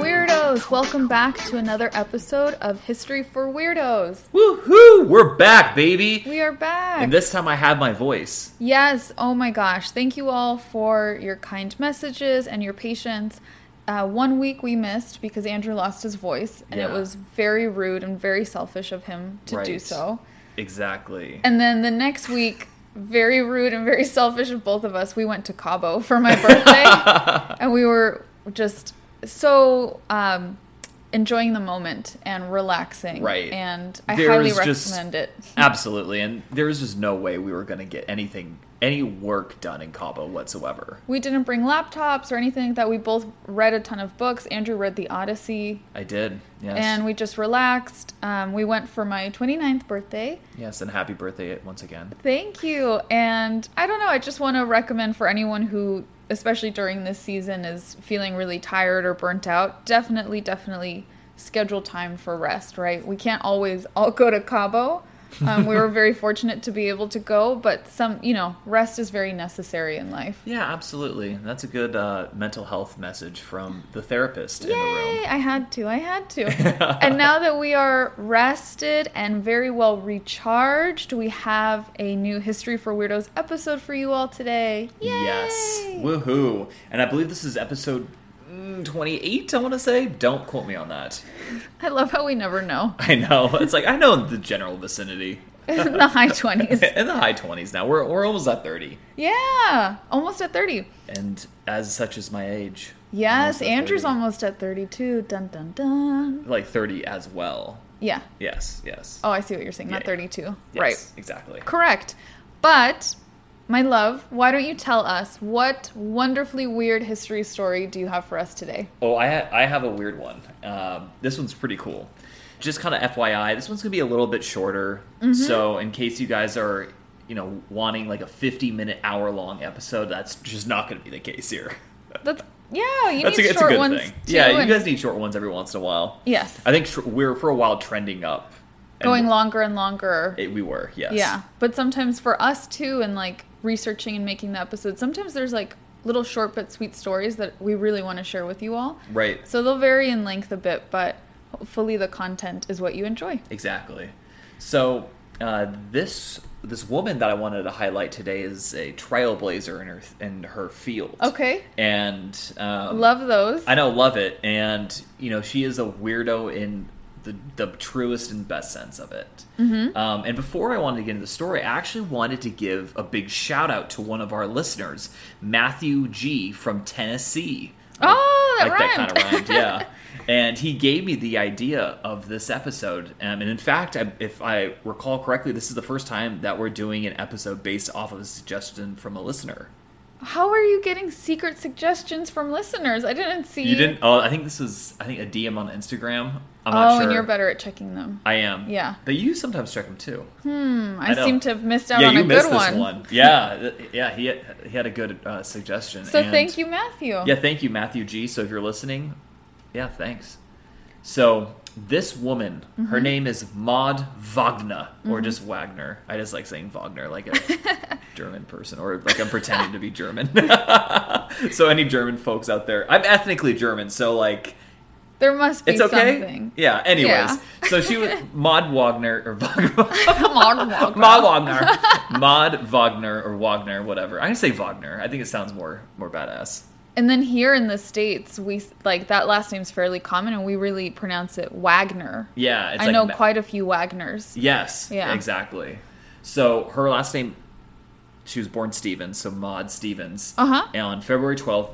weirdos! Welcome back to another episode of History for Weirdos. Woohoo! We're back, baby! We are back. And this time I have my voice. Yes. Oh my gosh. Thank you all for your kind messages and your patience. Uh, one week we missed because Andrew lost his voice, and it Yeah. was very rude and very selfish of him to do Right. so. Exactly. And then the next week, very rude and very selfish of both of us, we went to Cabo for my birthday, and we were just so um, enjoying the moment and relaxing. Right. And I There highly is just- recommend it. Absolutely. And there was just no way we were going to get anything, any work done in Cabo whatsoever. We didn't bring laptops or anything like that. We both read a ton of books. Andrew read The Odyssey, I did. Yes. and we just relaxed. Um, we went for my 29th birthday. yes, and happy birthday once again. Thank you. And I don't know, I just want to recommend for anyone who, especially during this season, is feeling really tired or burnt out, definitely, definitely schedule time for rest, right? We can't always all go to Cabo. Um, we were very fortunate to be able to go, but some, you know, rest is very necessary in life. Yeah, absolutely. That's a good uh, mental health message from the therapist in the room. Yay! I had to. I had to. and now that we are rested and very well recharged, we have a new History for Weirdos episode for you all today. Yay! Yes. Woohoo. And I believe this is episode mm, 28, I want to say. Don't quote me on that. I love how we never know. I know. It's like, I know in the general vicinity. In the high 20s. In the high 20s now. We're, we're almost at 30. Yeah! Almost at 30. And as such is my age. Yes, Almost at Andrew's 30. almost at 32. Dun dun dun. Like 30 as well. Yeah. Yes, yes. Oh, I see what you're saying. Not Yeah. 32. yes, Right. Exactly. Correct. But, my love, why don't you tell us what wonderfully weird history story do you have for us today? Oh, I, ha- I have a weird one. Um, this one's pretty cool. Just kind of FYI, this one's gonna be a little bit shorter. Mm-hmm. So in case you guys are, you know, wanting like a 50 minute hour long episode, that's just not gonna be the case here. That's yeah. You That's need a, it's a short good ones thing. too. yeah, you and guys need short ones every once in a while. Yes. I think tr- we were for a while trending up. and going longer and longer. it- we were, yes. yeah, but sometimes for us too, and like researching and making the episode, sometimes there's like little short but sweet stories that we really want to share with you all. Right. So they'll vary in length a bit, but hopefully the content is what you enjoy. Exactly. So uh, this this woman that I wanted to highlight today is a trailblazer in her in her field. Okay. And um, Love those. I know, love it, and you know she is a weirdo in the the truest and best sense of it. Mm-hmm. Um, and before I wanted to get into the story, I actually wanted to give a big shout out to one of our listeners, Matthew G from Tennessee. Oh, that like rhymed. that kind of rhymed, yeah. and he gave me the idea of this episode, um, and in fact, I, if I recall correctly, this is the first time that we're doing an episode based off of a suggestion from a listener. How are you getting secret suggestions from listeners? I didn't see. You didn't? Oh, I think this was I think a DM on Instagram. I'm not Oh, sure. and you're better at checking them. I am. Yeah. But you sometimes check them too. Hmm, I, know. seem to have missed out yeah, on you a missed good this one. one. Yeah, th- yeah. He had, he had a good uh, suggestion. So and- thank you, Matthew. Yeah, thank you, Matthew G. So if you're listening, yeah, thanks. So this woman, Mm-hmm. her name is Maud Wagner, or just Wagner. I just like saying Wagner, like a German person, or like I'm pretending to be German. so any German folks out there, I'm ethnically German, so like There must be it's okay. something. Yeah. Anyways, Yeah. so she was Maud Wagner or Wagner. Modern walk. Maud Wagner, Maud Wagner or Wagner, whatever. I'm gonna say Wagner. I think it sounds more more badass. And then here in the states, we like that last name's fairly common, and we really pronounce it Wagner. Yeah, it's I like know ma- quite a few Wagners. Yes. Yeah. Exactly. So her last name She was born Stevens, so Maud Stevens. Uh-huh. And on February 12th,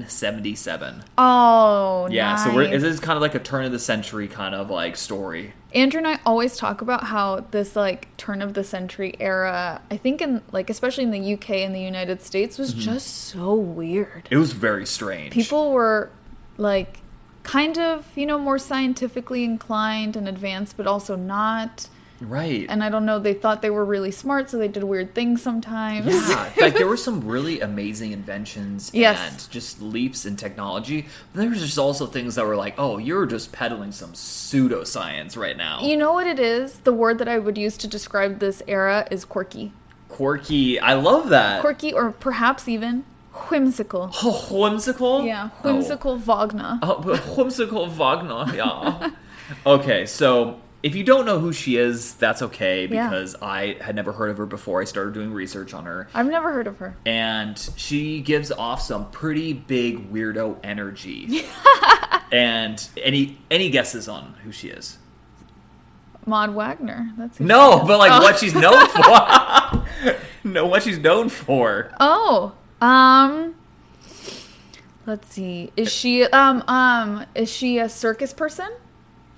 1877. Oh, Yeah, so we're, nice. this is kind of like a turn of the century kind of like story. Andrew and I always talk about how this like turn of the century era, I think in like especially in the UK and the United States Mm-hmm. was just so weird. It was very strange. People were like kind of, you know, more scientifically inclined and advanced but also not. Right. And I don't know, they thought they were really smart so they did weird things sometimes. Yeah, like there were some really amazing inventions Yes. and just leaps in technology. But there was just also things that were like, oh, you're just peddling some pseudoscience right now. You know what it is? The word that I would use to describe this era is quirky. Quirky. I love that. Quirky or perhaps even whimsical. Oh, whimsical? Yeah, Oh. whimsical Wagner. Oh, but whimsical Wagner, yeah. okay, so if you don't know who she is, that's okay Yeah. because I had never heard of her before I started doing research on her. I've never heard of her. and she gives off some pretty big weirdo energy. and any any guesses on who she is? Maud Wagner. That's who No, she is. but like oh. what she's known for. no, what she's known for. Oh, um, let's see. Is she um um is she a circus person?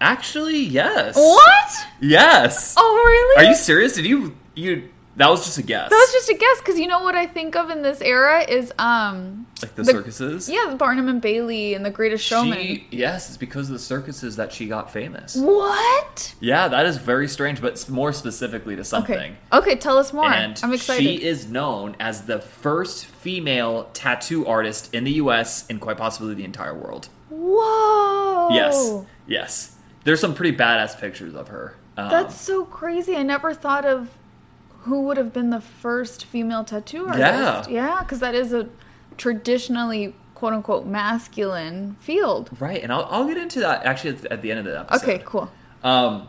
Actually, yes. What? Yes. Oh, really? Are you serious? Did you you that was just a guess. That was just a guess because you know what I think of in this era is um like the, the- circuses. yeah Barnum and Bailey and The Greatest Showman. She, yes, it's because of the circuses that she got famous. What? Yeah, that is very strange, but s- more specifically to something. Okay. Okay, tell us more. And I'm excited. she is known as the first female tattoo artist in the US and quite possibly the entire world. Whoa. Yes. Yes. There's some pretty badass pictures of her. Um, That's so crazy. I never thought of who would have been the first female tattoo artist. Yeah, because that is a traditionally quote unquote masculine field. right, and I'll, I'll get into that actually at the, at the end of the episode. Okay, cool. Um,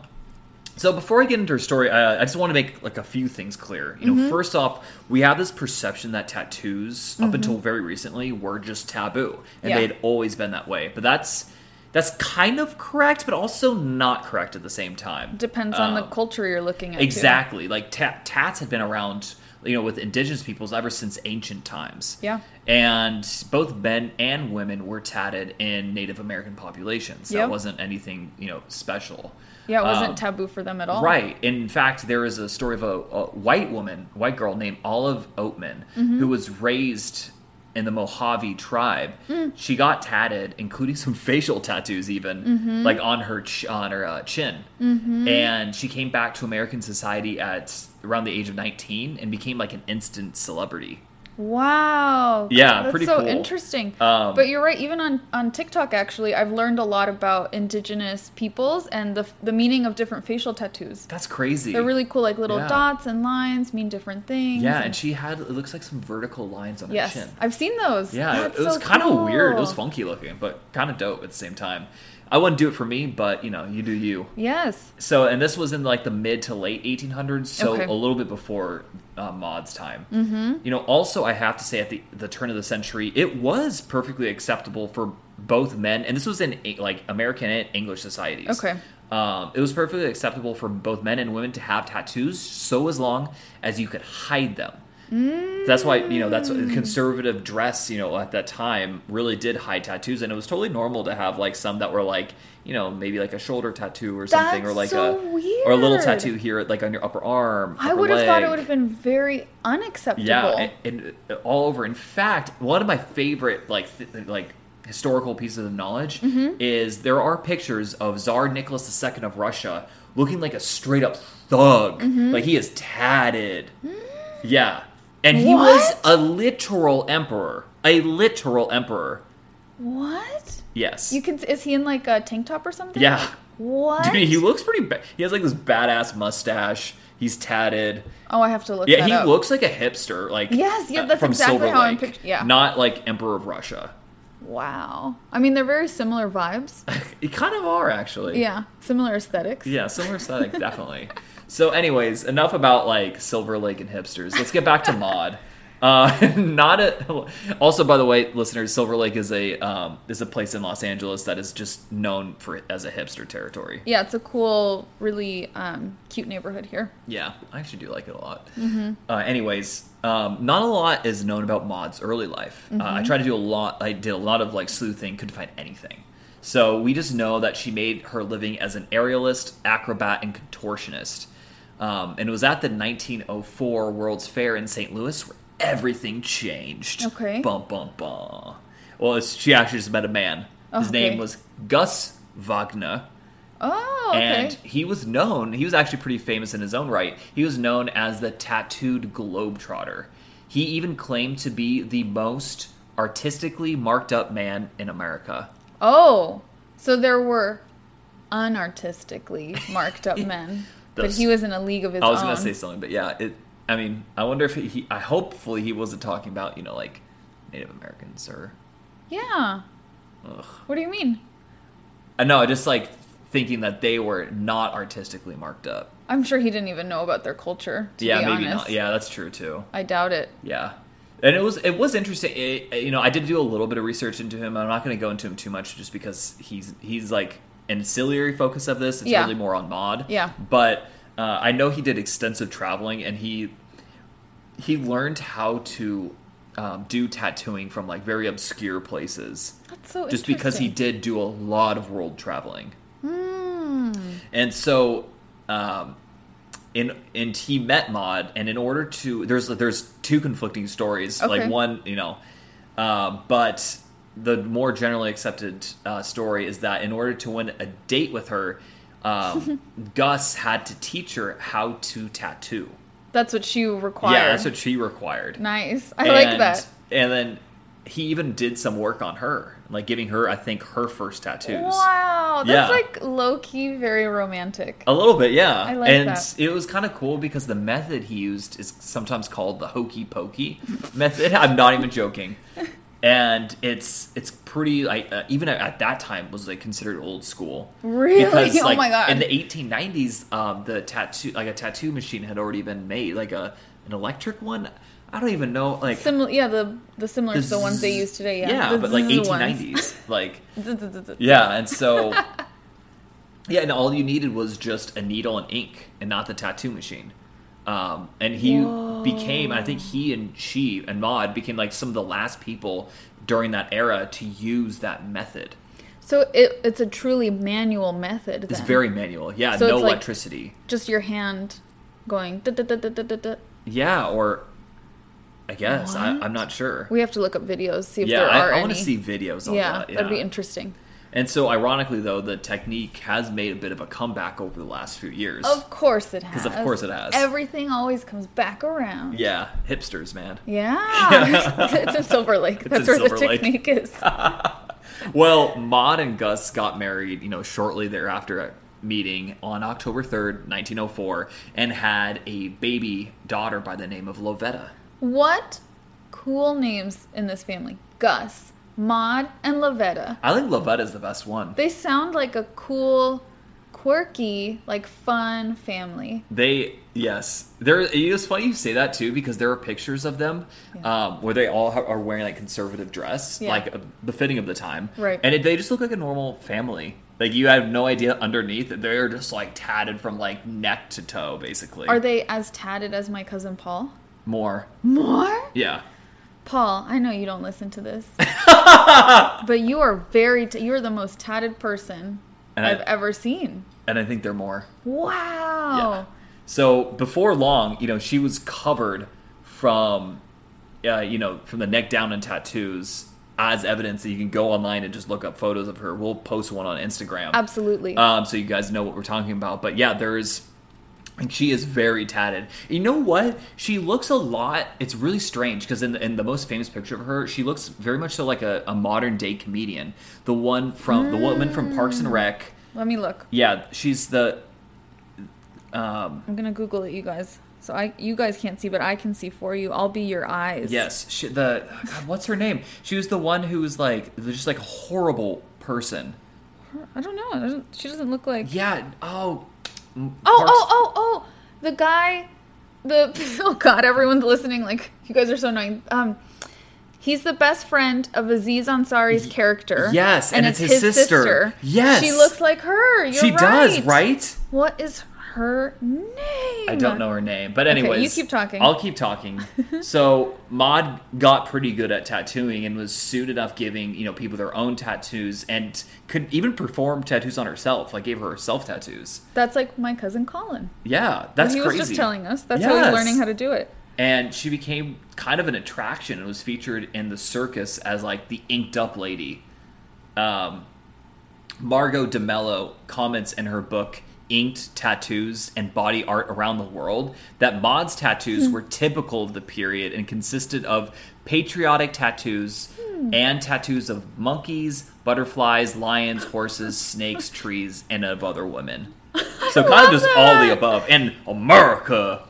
so before I get into her story, uh, I just want to make like a few things clear. You know, Mm-hmm. first off, we have this perception that tattoos, up until very recently, were just taboo, and Mm-hmm. Yeah. they'd always been that way. But that's that's kind of correct, but also not correct at the same time. Depends on the Um, culture you're looking at. too. Exactly. Like ta- tats had been around, you know, with indigenous peoples ever since ancient times. Yeah. And both men and women were tatted in Native American populations. Yep. That wasn't anything, you know, special. Yeah, it wasn't Um, taboo for them at all. Right. In fact, there is a story of a, a white woman, white girl named Olive Oatman, Mm-hmm. who was raised in the Mojave tribe. Mm. She got tatted, including some facial tattoos, even Mm-hmm. like on her ch- on her uh, chin. And she came back to American society at around the age of nineteen and became like an instant celebrity. Wow. Yeah, that's pretty so cool. interesting. Um, but you're right. Even on on TikTok, actually, I've learned a lot about indigenous peoples and the the meaning of different facial tattoos. That's crazy. They're really cool, like little Yeah. dots and lines mean different things. yeah, and she had it looks like some vertical lines on Yes, her chin. I've seen those. Yeah, That's it was so kind of weird. It was cool. funky looking, but kind of dope at the same time. I wouldn't do it for me, but you know, you do you. Yes. So, and this was in like the mid to late 1800s, so Okay. a little bit before uh, Maud's time. Mm-hmm. You know, also I have to say at the the turn of the century, it was perfectly acceptable for both men, and this was in eh, like American and English societies. Okay. Um, it was perfectly acceptable for both men and women to have tattoos, so as long as you could hide them. That's why you know that's conservative dress. You know, at that time, really did hide tattoos, and it was totally normal to have like some that were like you know maybe like a shoulder tattoo or something, or That's like so a or a little weird. tattoo here, like on your upper arm. I upper would have thought it leg. would have been very unacceptable. Yeah, and, and all over. In fact, one of my favorite like th- like historical pieces of knowledge Mm-hmm. is there are pictures of Tsar Nicholas II of Russia looking like a straight up thug. Mm-hmm. Like he is tatted. Yeah, and he was What? a literal emperor. A literal emperor. what? Yes. You can is he in like a tank top or something? yeah. What? Dude, he looks pretty. Ba- he has like this badass mustache. He's tatted. oh, I have to look. Yeah, that he up. looks like a hipster. Like Yes, yeah, uh, that's from exactly Silver how I'm Lake, pict- yeah. not like Emperor of Russia. Wow. I mean, they're very similar vibes. You kind of are actually. yeah, similar aesthetics. Yeah, similar aesthetic, definitely. So, anyways, enough about like Silver Lake and hipsters. Let's get back to Maud. Uh, not a. Also, by the way, listeners, Silver Lake is a um, is a place in Los Angeles that is just known for as a hipster territory. Yeah, it's a cool, really um, cute neighborhood here. Yeah, I actually do like it a lot. Mm-hmm. Uh, anyways, um, not a lot is known about Maud's early life. Uh, Mm-hmm. I tried to do a lot. I did a lot of like sleuthing, couldn't find anything. So we just know that she made her living as an aerialist, acrobat, and contortionist. Um, and it was at the 1904 World's Fair in St. Louis where everything changed. Okay. Bum bum bum. Well, it's, she actually just met a man. His Oh, name okay. was Gus Wagner. Oh, okay. And he was known, he was actually pretty famous in his own right. He was known as the tattooed globetrotter. He even claimed to be the most artistically marked up man in America. oh, so there were unartistically marked up men, but Those- he was in a league of his I was own. going to say something, but yeah, it I mean, I wonder if he, he I hopefully he wasn't talking about, you know, like Native Americans or yeah. ugh. What do you mean? I know, uh, just like thinking that they were not artistically marked up. I'm sure he didn't even know about their culture. To yeah, be maybe honest. not. Yeah, that's true too. I doubt it. Yeah, and it was it was interesting. It, you know, I did do a little bit of research into him. I'm not going to go into him too much, just because he's he's like ancillary focus of this. It's Yeah. really more on mod. Yeah. but uh, I know he did extensive traveling, and he he learned how to um, do tattooing from like very obscure places, That's so just because he interesting. did do a lot of world traveling. Mm, And so, um, in and he met Maud, and in order to there's there's two conflicting stories. Okay. Like one, you know, um, but the more generally accepted uh, story is that in order to win a date with her, um, Gus had to teach her how to tattoo. that's what you require. Yeah, that's what she required. nice. I like And- that. And then he even did some work on her, like giving her, I think, her first tattoos. Wow, that's Yeah. like low key, very romantic. A little bit, yeah. I like and that. it was kind of cool because the method he used is sometimes called the hokey pokey method. I'm not even joking. And it's it's pretty like uh, even at, at that time was like considered old school. Really? Oh like, my God. In the 1890s, um, the tattoo like a tattoo machine had already been made, like a an electric one. I don't even know like Similar, yeah. The the similar to the ones they use today. Yeah, yeah, the but like zzz ones. 1890s, like Zzz, zzz, zzz. yeah, and so yeah, and all you needed was just a needle and ink, and not the tattoo machine. Um, and he became, I think he and she and Maud became like some of the last people during that era to use that method. So it, it's a truly manual method. It's then. very manual. Yeah, So no it's like- electricity. just your hand going. "Duh, duh, duh, duh, duh, duh, duh." Yeah, or I guess I, What? I'm not sure. We have to look up videos, see if yeah, there I, are I any. want to see videos on yeah, that. Yeah, that'd be interesting. And so, ironically, though, the technique has made a bit of a comeback over the last few years. Of course it has. of course it has. Everything always comes back around. yeah, hipsters, man. Yeah. it's in Silver Lake. That's in where the Silver Lake. technique is. Well, Maud and Gus got married, you know, shortly thereafter at meeting on October 3rd, 1904, and had a baby daughter by the name of Lovetta. What cool names in this family? Gus, Maud, and Lavetta. I think Lovetta's the best one. They sound like a cool, quirky, like fun family. They, yes. There, it's funny you say that too, because there are pictures of them um, where they all ha- are wearing like conservative dress, Yeah. like uh, befitting of the time. Right. And it, they just look like a normal family. Like you have no idea underneath. They're just like tatted from like neck to toe, basically. Are they as tatted as my cousin Paul? More. More? Yeah. Paul, I know you don't listen to this, but you are very, t- you are the most tatted person And I- I've ever seen. And I think they're more. Wow. So before long, you know, she was covered from, uh, you know, from the neck down in tattoos as evidence that you can go online and just look up photos of her. We'll post one on Instagram. Absolutely. Um, so you guys know what we're talking about. But yeah, there's, and she is very tatted. You know what? She looks a lot. It's really strange because in the, in the most famous picture of her, she looks very much so like a, a modern day comedian. The one from the woman from Parks and Rec. Let me look. Yeah, she's the I'm gonna Google it, you guys. So I, you guys can't see, but I can see for you. I'll be your eyes. Yes, she, the oh, God, what's her name? She was the one who was like just like a horrible person. I don't know. I don't, she doesn't look like. Yeah. Oh. Oh, oh, oh, oh! The guy the oh god, everyone's listening. Like you guys are so annoying. Um, he's the best friend of Aziz Ansari's character. yes, and it's his sister. Yes. she looks like her. You're she right. does, right? What is her name? I don't know her name, but anyways, you keep talking. I'll keep talking. so Maud got pretty good at tattooing and was soon enough giving you know people their own tattoos and could even perform tattoos on herself. Like gave herself tattoos. That's like my cousin Colin. Yeah, that's he was crazy. just telling us. That's how he's Yes. learning how to do it. And she became kind of an attraction and was featured in the circus as like the inked up lady. Um, Margot DeMello comments in her book Inked Tattoos and Body Art Around the World that Maud's tattoos Hmm. were typical of the period and consisted of patriotic tattoos Hmm. and tattoos of monkeys, butterflies, lions, horses, snakes, trees, and of other women. So kind love of just all the that. above. And America.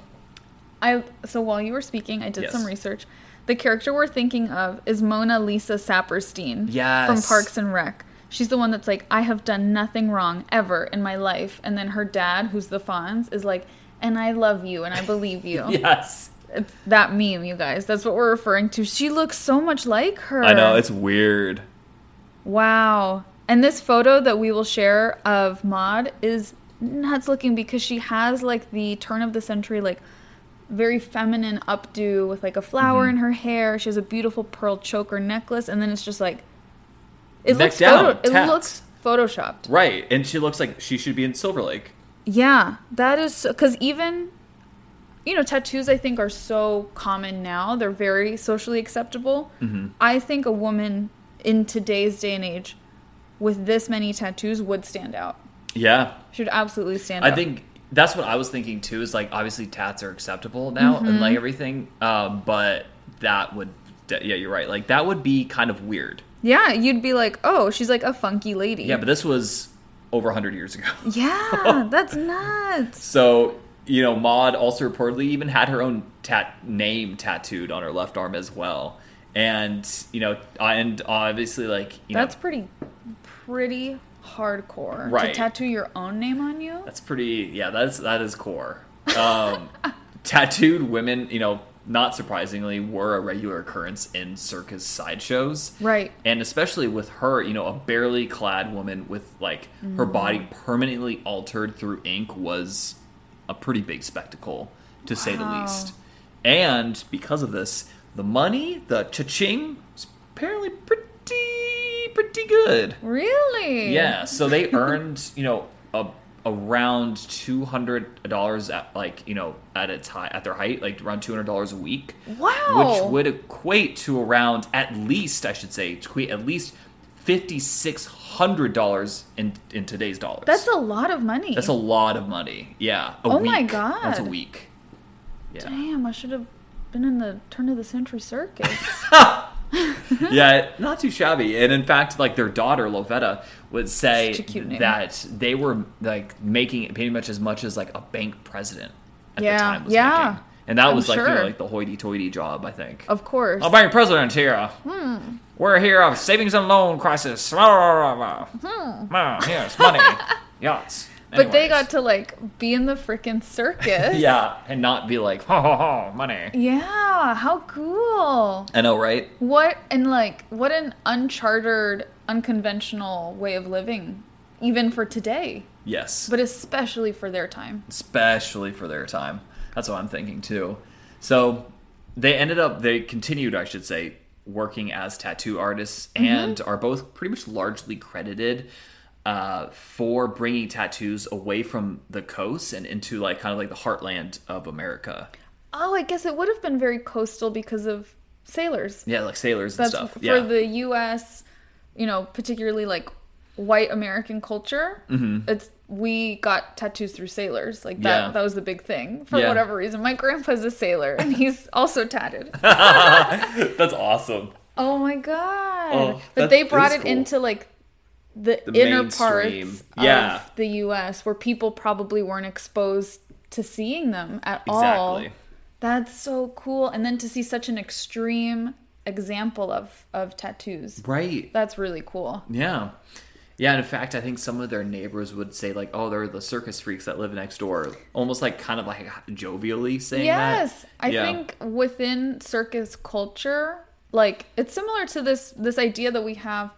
I so while you were speaking, I did Yes. some research. The character we're thinking of is Mona Lisa Saperstein from Yes. Parks and Rec. She's the one that's like, I have done nothing wrong ever in my life. And then her dad, who's the Fonz, is like, and I love you and I believe you. Yes. It's that meme, you guys. That's what we're referring to. She looks so much like her. I know, it's weird. Wow. And this photo that we will share of Maud is nuts looking because she has like the turn of the century, like very feminine updo with like a flower Mm-hmm. in her hair. She has a beautiful pearl choker necklace, and then it's just like it Neck looks down, photo- it tats. looks photoshopped. Right. And she looks like she should be in Silver Lake. Yeah, that is because even you know tattoos I think are so common now; they're very socially acceptable. Mm-hmm. I think a woman in today's day and age with this many tattoos would stand out. Yeah. Should absolutely stand out. I think that's what I was thinking too. Is like obviously tats are acceptable now Mm-hmm. and like everything, um, but that would that- yeah, you're right. Like that would be kind of weird. Yeah, you'd be like, oh, she's like a funky lady. Yeah, but this was over 100 years ago. yeah, that's nuts. So you know, Maud also reportedly even had her own tat name tattooed on her left arm as well. And you know, I- and obviously like you That's know, pretty, pretty hardcore to Right. tattoo your own name on you. That's pretty. Yeah, that's that is core. Um, tattooed women, you know, not surprisingly, were a regular occurrence in circus sideshows. Right. And especially with her, you know, a barely clad woman with like her Mm-hmm. body permanently altered through ink was a pretty big spectacle, to say the Wow. least. And because of this, the money, the cha-ching, was apparently pretty pretty good. Really? Yeah, so they earned, you know, a, around two hundred dollars at like you know at its high at their height, like around two hundred dollars a week. Wow. which would equate to around at least I should say equate at least fifty six hundred dollars in in today's dollars. That's a lot of money. that's a lot of money. Yeah, a Oh week. my that's a God. week. Yeah, Damn, I should have been in the turn of the century circus. yeah, not too shabby. And in fact, like their daughter Lovetta would say Such a cute name. that they were like making pretty much as much as like a bank president at Yeah, the time was yeah. making. And that I'm was like you know, sure. Oh. like the hoity-toity job, I think. of course. A bank president here. Hmm. We're here of savings and loan crisis. Rah, rah, rah, rah. Ah, Yes, money, yachts. Hmm. but they Anyways. got to like be in the freaking circus. yeah, and not be like ha ha ha money. Yeah, how cool. I know, right? What and like what an unchartered, unconventional way of living even for today, Yes. but especially for their time. especially for their time. That's what I'm thinking too. So they ended up, they continued, I should say, working as tattoo artists Mm-hmm. and are both pretty much largely credited uh, for bringing tattoos away from the coast and into like kind of like the heartland of America. Oh, I guess it would have been very coastal because of sailors. Yeah, like sailors and That's stuff. for yeah. the U.S. You know, particularly like white American culture. It's we got tattoos through sailors. Like that. Mm-hmm. Yeah. That was the big thing for Yeah. whatever reason. My grandpa's a sailor and he's also tatted. That's awesome. oh my god! Oh, but that they is brought it cool. into like the, inner mainstream. parts Yeah. of the U.S. where people probably weren't exposed to seeing them at all. Exactly. That's so cool. And then to see such an extreme example of of tattoos. Right. That's really cool. Yeah. Yeah, and in fact, I think some of their neighbors would say like, "Oh, they're the circus freaks that live next door," almost like kind of like jovially saying Yes, that. I Yeah. think within circus culture, like it's similar to this this idea that we have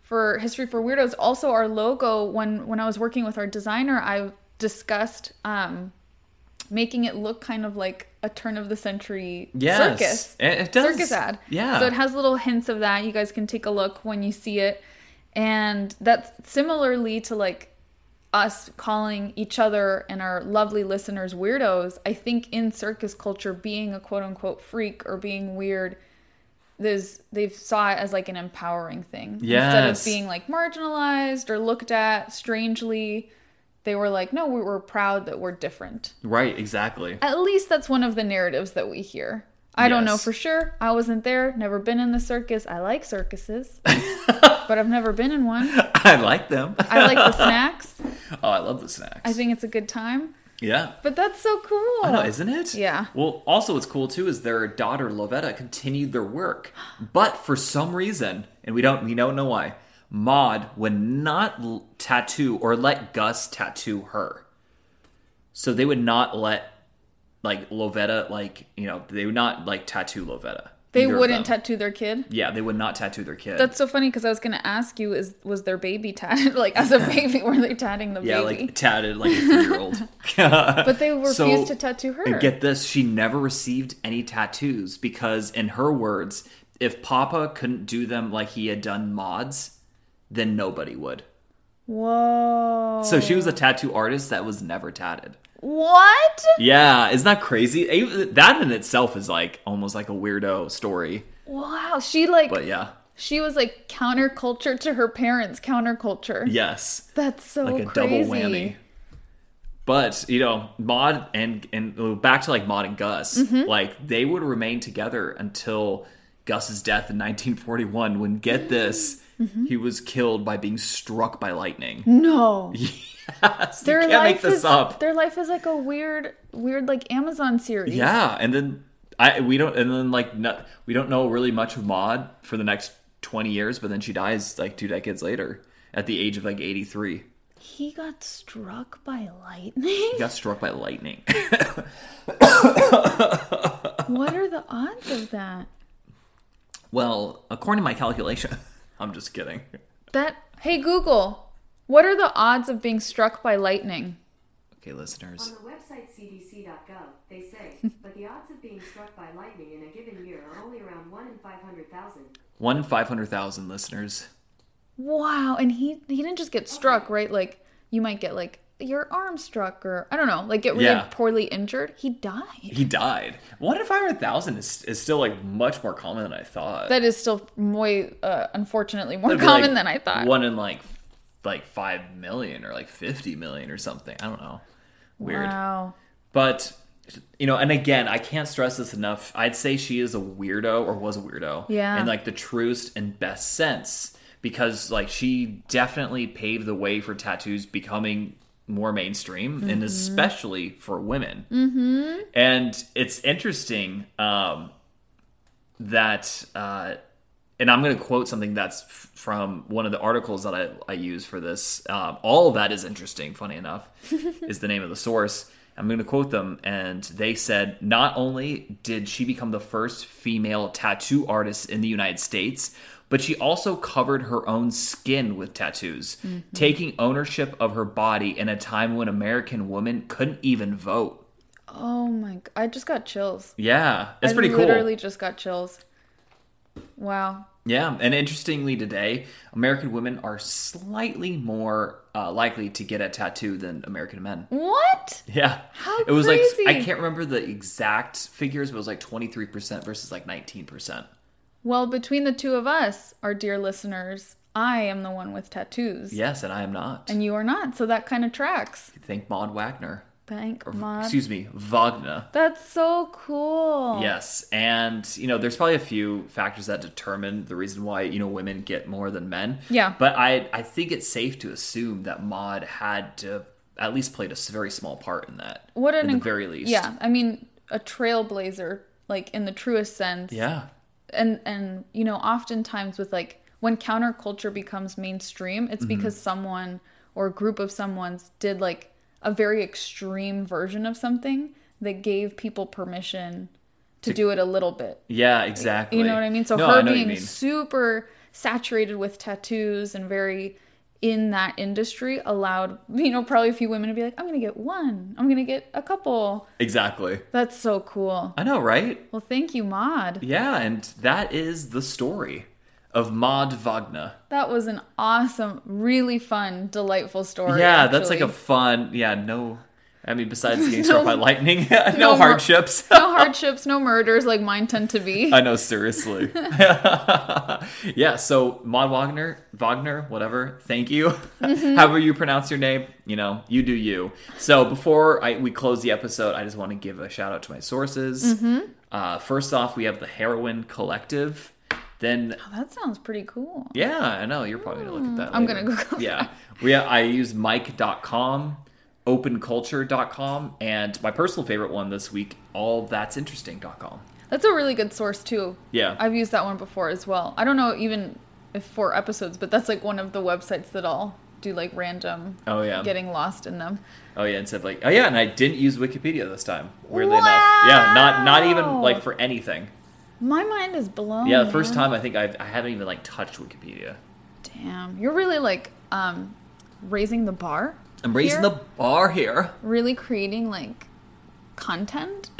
for history for weirdos. Also, our logo when when I was working with our designer, I discussed um, making it look kind of like a turn of the century Yes, circus it- it does. circus ad. Yeah. so it has little hints of that. You guys can take a look when you see it, and that's similarly to like us calling each other and our lovely listeners weirdos, I think in circus culture, being a quote unquote freak or being weird, there's they've saw it as like an empowering thing. Instead of Yes. being like marginalized or looked at strangely, they were like, no, we were proud that we're different. Right, exactly. At least that's one of the narratives that we hear. I don't know Yes. for sure. I wasn't there, never been in the circus. I like circuses, but I've never been in one. I like them. I like the snacks. oh, I love the snacks. I think it's a good time. yeah. But that's so cool. I know, isn't it? Oh, Yeah. Well, also, what's cool too is their daughter Lovetta continued their work, but for some reason, and we don't we don't know why, Maud would not l- tattoo or let Gus tattoo her. So they would not let like Lovetta like you know they would not like tattoo Lovetta. They Either of wouldn't them. tattoo their kid. Yeah, they would not tattoo their kid. That's so funny because I was gonna ask you is was their baby tatted like as a baby were they tatting the yeah, baby? like tatted like a three year old. but they refused so- to tattoo her. And get this, she never received any tattoos because, in her words, if Papa couldn't do them like he had done mods, then nobody would. Whoa. So she was a tattoo artist that was never tatted. what? Yeah, isn't that crazy? Even- That in itself is like almost like a weirdo story. Wow. She like But yeah, she was like counterculture to her parents. Counterculture. yes, That's so like a Oh, crazy. double whammy. But you know, Maud and and back to like Maud and Gus, like they would remain together until Gus's death in 1941. When get this, he was killed by being struck by Mm-hmm. lightning. No. Yes, you Their can't life make this is up. their life is like a weird weird like Amazon series. Yeah, and then I we don't and then like no, we don't know really much of Maud for the next 20 years, but then she dies like two decades later at the age of like 83. He got struck by lightning. He got struck by lightning. what are the odds of that? well, according to my calculation, I'm just kidding. That hey Google, what are the odds of being struck by lightning? Okay, listeners. On the website cdc.gov, they say, but the odds of being struck by lightning in a given year are only around 1 in 500,000. One in 500,000 listeners. Wow, and he he didn't just get struck, right? Like you might get like your arm struck or I don't know, like get really Yeah. poorly injured. He died. He died. One in 500,000 is, is still like much more common than I thought. That is still way uh, unfortunately more It'd be, common like, than I thought. One in like like 5 million or like 50 million or something. I don't know. Weird. Wow. But you know, and again, I can't stress this enough. I'd say she is a weirdo or was a weirdo. Yeah. In like the truest and best sense. Because like she definitely paved the way for tattoos becoming more mainstream and especially for women. Mm-hmm. And it's interesting um that uh and I'm going to quote something that's f- from one of the articles that I, I use for this. Um, all of that is interesting, funny enough, is the name of the source. I'm going to quote them. And they said not only did she become the first female tattoo artist in the United States, but she also covered her own skin with tattoos, Mm-hmm. taking ownership of her body in a time when American women couldn't even vote. Oh my g- I just got chills. Yeah, it's I pretty cool. literally just got chills. Wow. Yeah, and interestingly, today American women are slightly more uh, likely to get a tattoo than American men. What? Yeah, How it was crazy. like I can't remember the exact figures, but it was like twenty three percent versus like nineteen percent. Well, between the two of us, our dear listeners, I am the one with tattoos. Yes, and I am not. And you are not, so that kind of tracks. Thank Maud Wagner. Thank Mom. Excuse me, Wagner. That's so cool. Yes, and you know, there's probably a few factors that determine the reason why you know women get more than men. Yeah. but I I think it's safe to assume that Maud had to at least played a s- very small part in that. What an at the inc- very least. Yeah, I mean a trailblazer, like in the truest sense. Yeah. And and you know, oftentimes with like when counterculture becomes mainstream, it's Mm-hmm. because someone or a group of someone's did like a very extreme version of something that gave people permission to do it a little bit. Yeah, exactly. You know what I mean? So No, I her know what you being mean. super saturated with tattoos and very in that industry allowed, you know, probably a few women to be like, I'm going to get one. I'm going to get a couple. exactly. That's so cool. I know, right? Well, thank you, Maud. Yeah, and that is the story of Maud Wagner. That was an awesome, really fun, delightful story. yeah, that's like a actually. fun. Yeah, no. I mean, besides getting struck by lightning, no, no more- hardships. no hardships, no murders like mine tend to be. I know, seriously. yeah, so Maud Wagner, Wagner, whatever. Thank you. Mm-hmm. However you pronounce your name, you know, you do you. So before I, we close the episode, I just want to give a shout out to my sources. Mm-hmm. Uh, first off, we have the Heroin Collective. Then that sounds pretty cool. yeah, I know. You're probably going to look at that. I'm later. gonna Google Yeah. We I use mike.com, openculture.com, and my personal favorite one this week, allthat'sinteresting.com. That's a really good source too. Yeah. I've used that one before as well. I don't know even if for episodes, but that's like one of the websites that I'll do like random Oh, yeah. getting lost in them. Oh yeah, and said like, oh yeah, and I didn't use Wikipedia this time. Weirdly enough, yeah, not not even Wow. like for anything. My mind is blown. yeah, the first man. time I think I've, I haven't even like touched Wikipedia. Damn. You're really like um raising the bar. I'm raising here. the bar here. really creating like content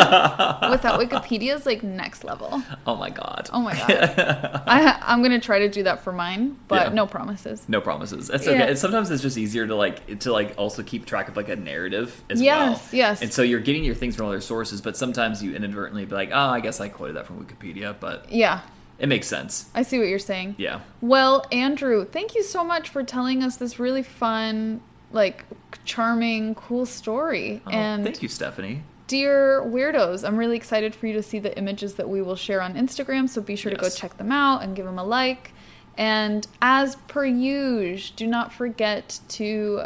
without Wikipedia is like next level. Oh my god. Oh my god. I I'm gonna try to do that for mine, but Yeah. no promises. No promises. That's Yeah. okay. And sometimes it's just easier to like to like also keep track of like a narrative as well. Yes, yes. And so you're getting your things from other sources, but sometimes you inadvertently be like, oh, I guess I quoted that from Wikipedia, but Yeah, it makes sense. I see what you're saying. Yeah. Well, Andrew, thank you so much for telling us this really fun, like charming, cool story. Oh, and thank you, Stephanie. dear weirdos, I'm really excited for you to see the images that we will share on Instagram, so be sure to Yes. go check them out and give them a like. And as per usual, do not forget to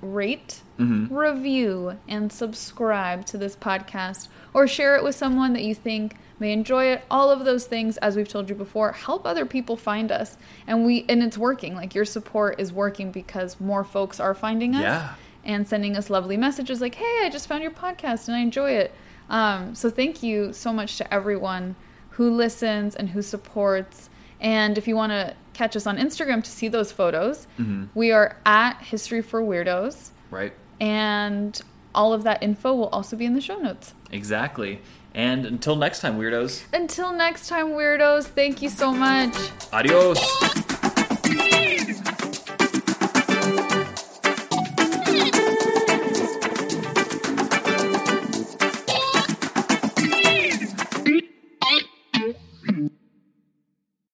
rate, review, and subscribe to this podcast or share it with someone that you think may enjoy it. All of those things, as we've told you before, help other people find us. And we and it's working. Like your support is working because more folks are finding us Yeah. and sending us lovely messages like, hey, I just found your podcast and I enjoy it. Um, so thank you so much to everyone who listens and who supports. And if you want to catch us on Instagram to see those photos, we are at History for Weirdos. Right. And all of that info will also be in the show notes. Exactly. And until next time, weirdos. Until next time, weirdos, thank you so much. Adios.